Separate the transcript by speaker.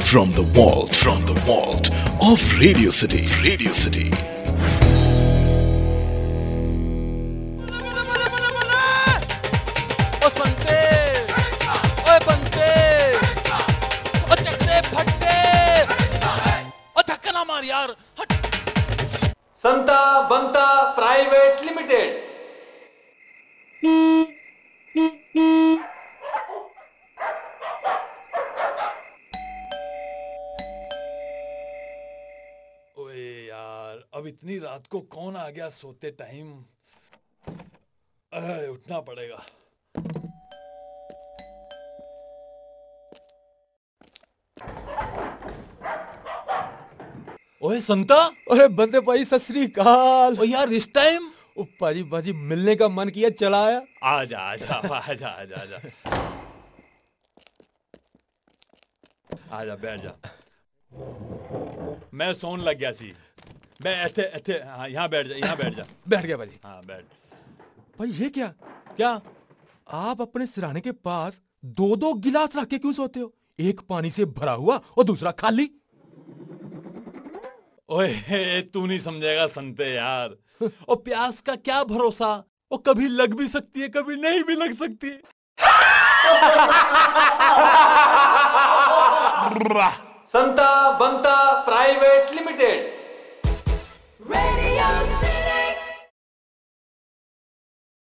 Speaker 1: from the vault from the vault of Radio City Radio City
Speaker 2: ओ संते ओए बनते ओ चकते फटते ओ धक्का ना मार यार हट
Speaker 3: संता बनता प्राइवेट लिमिटेड
Speaker 2: ओए यार अब इतनी रात को कौन आ गया सोते टाइम अह, उठना पड़ेगा ओए संता
Speaker 3: अरे बंदे भाई सत श्री अकाल
Speaker 2: ओ यार इस टाइम
Speaker 3: ओ पाजी बाजी मिलने का मन किया चला आया
Speaker 2: आजा आजा आजा आजा आजा आजा बैठ जा मैं सोन लग गया सी मैं एथे एथे हाँ यहाँ बैठ जा यहाँ बैठ जा
Speaker 3: बैठ गया भाजी
Speaker 2: हाँ बैठ
Speaker 3: भाई ये क्या
Speaker 2: क्या
Speaker 3: आप अपने सिराने के पास दो दो गिलास रख के क्यों सोते हो एक पानी से भरा हुआ और दूसरा खाली
Speaker 2: ओए तू नहीं समझेगा संते यार और प्यास का क्या भरोसा वो कभी लग भी सकती है कभी नहीं भी लग सकती
Speaker 3: संता बनता प्राइवेट लिमिटेड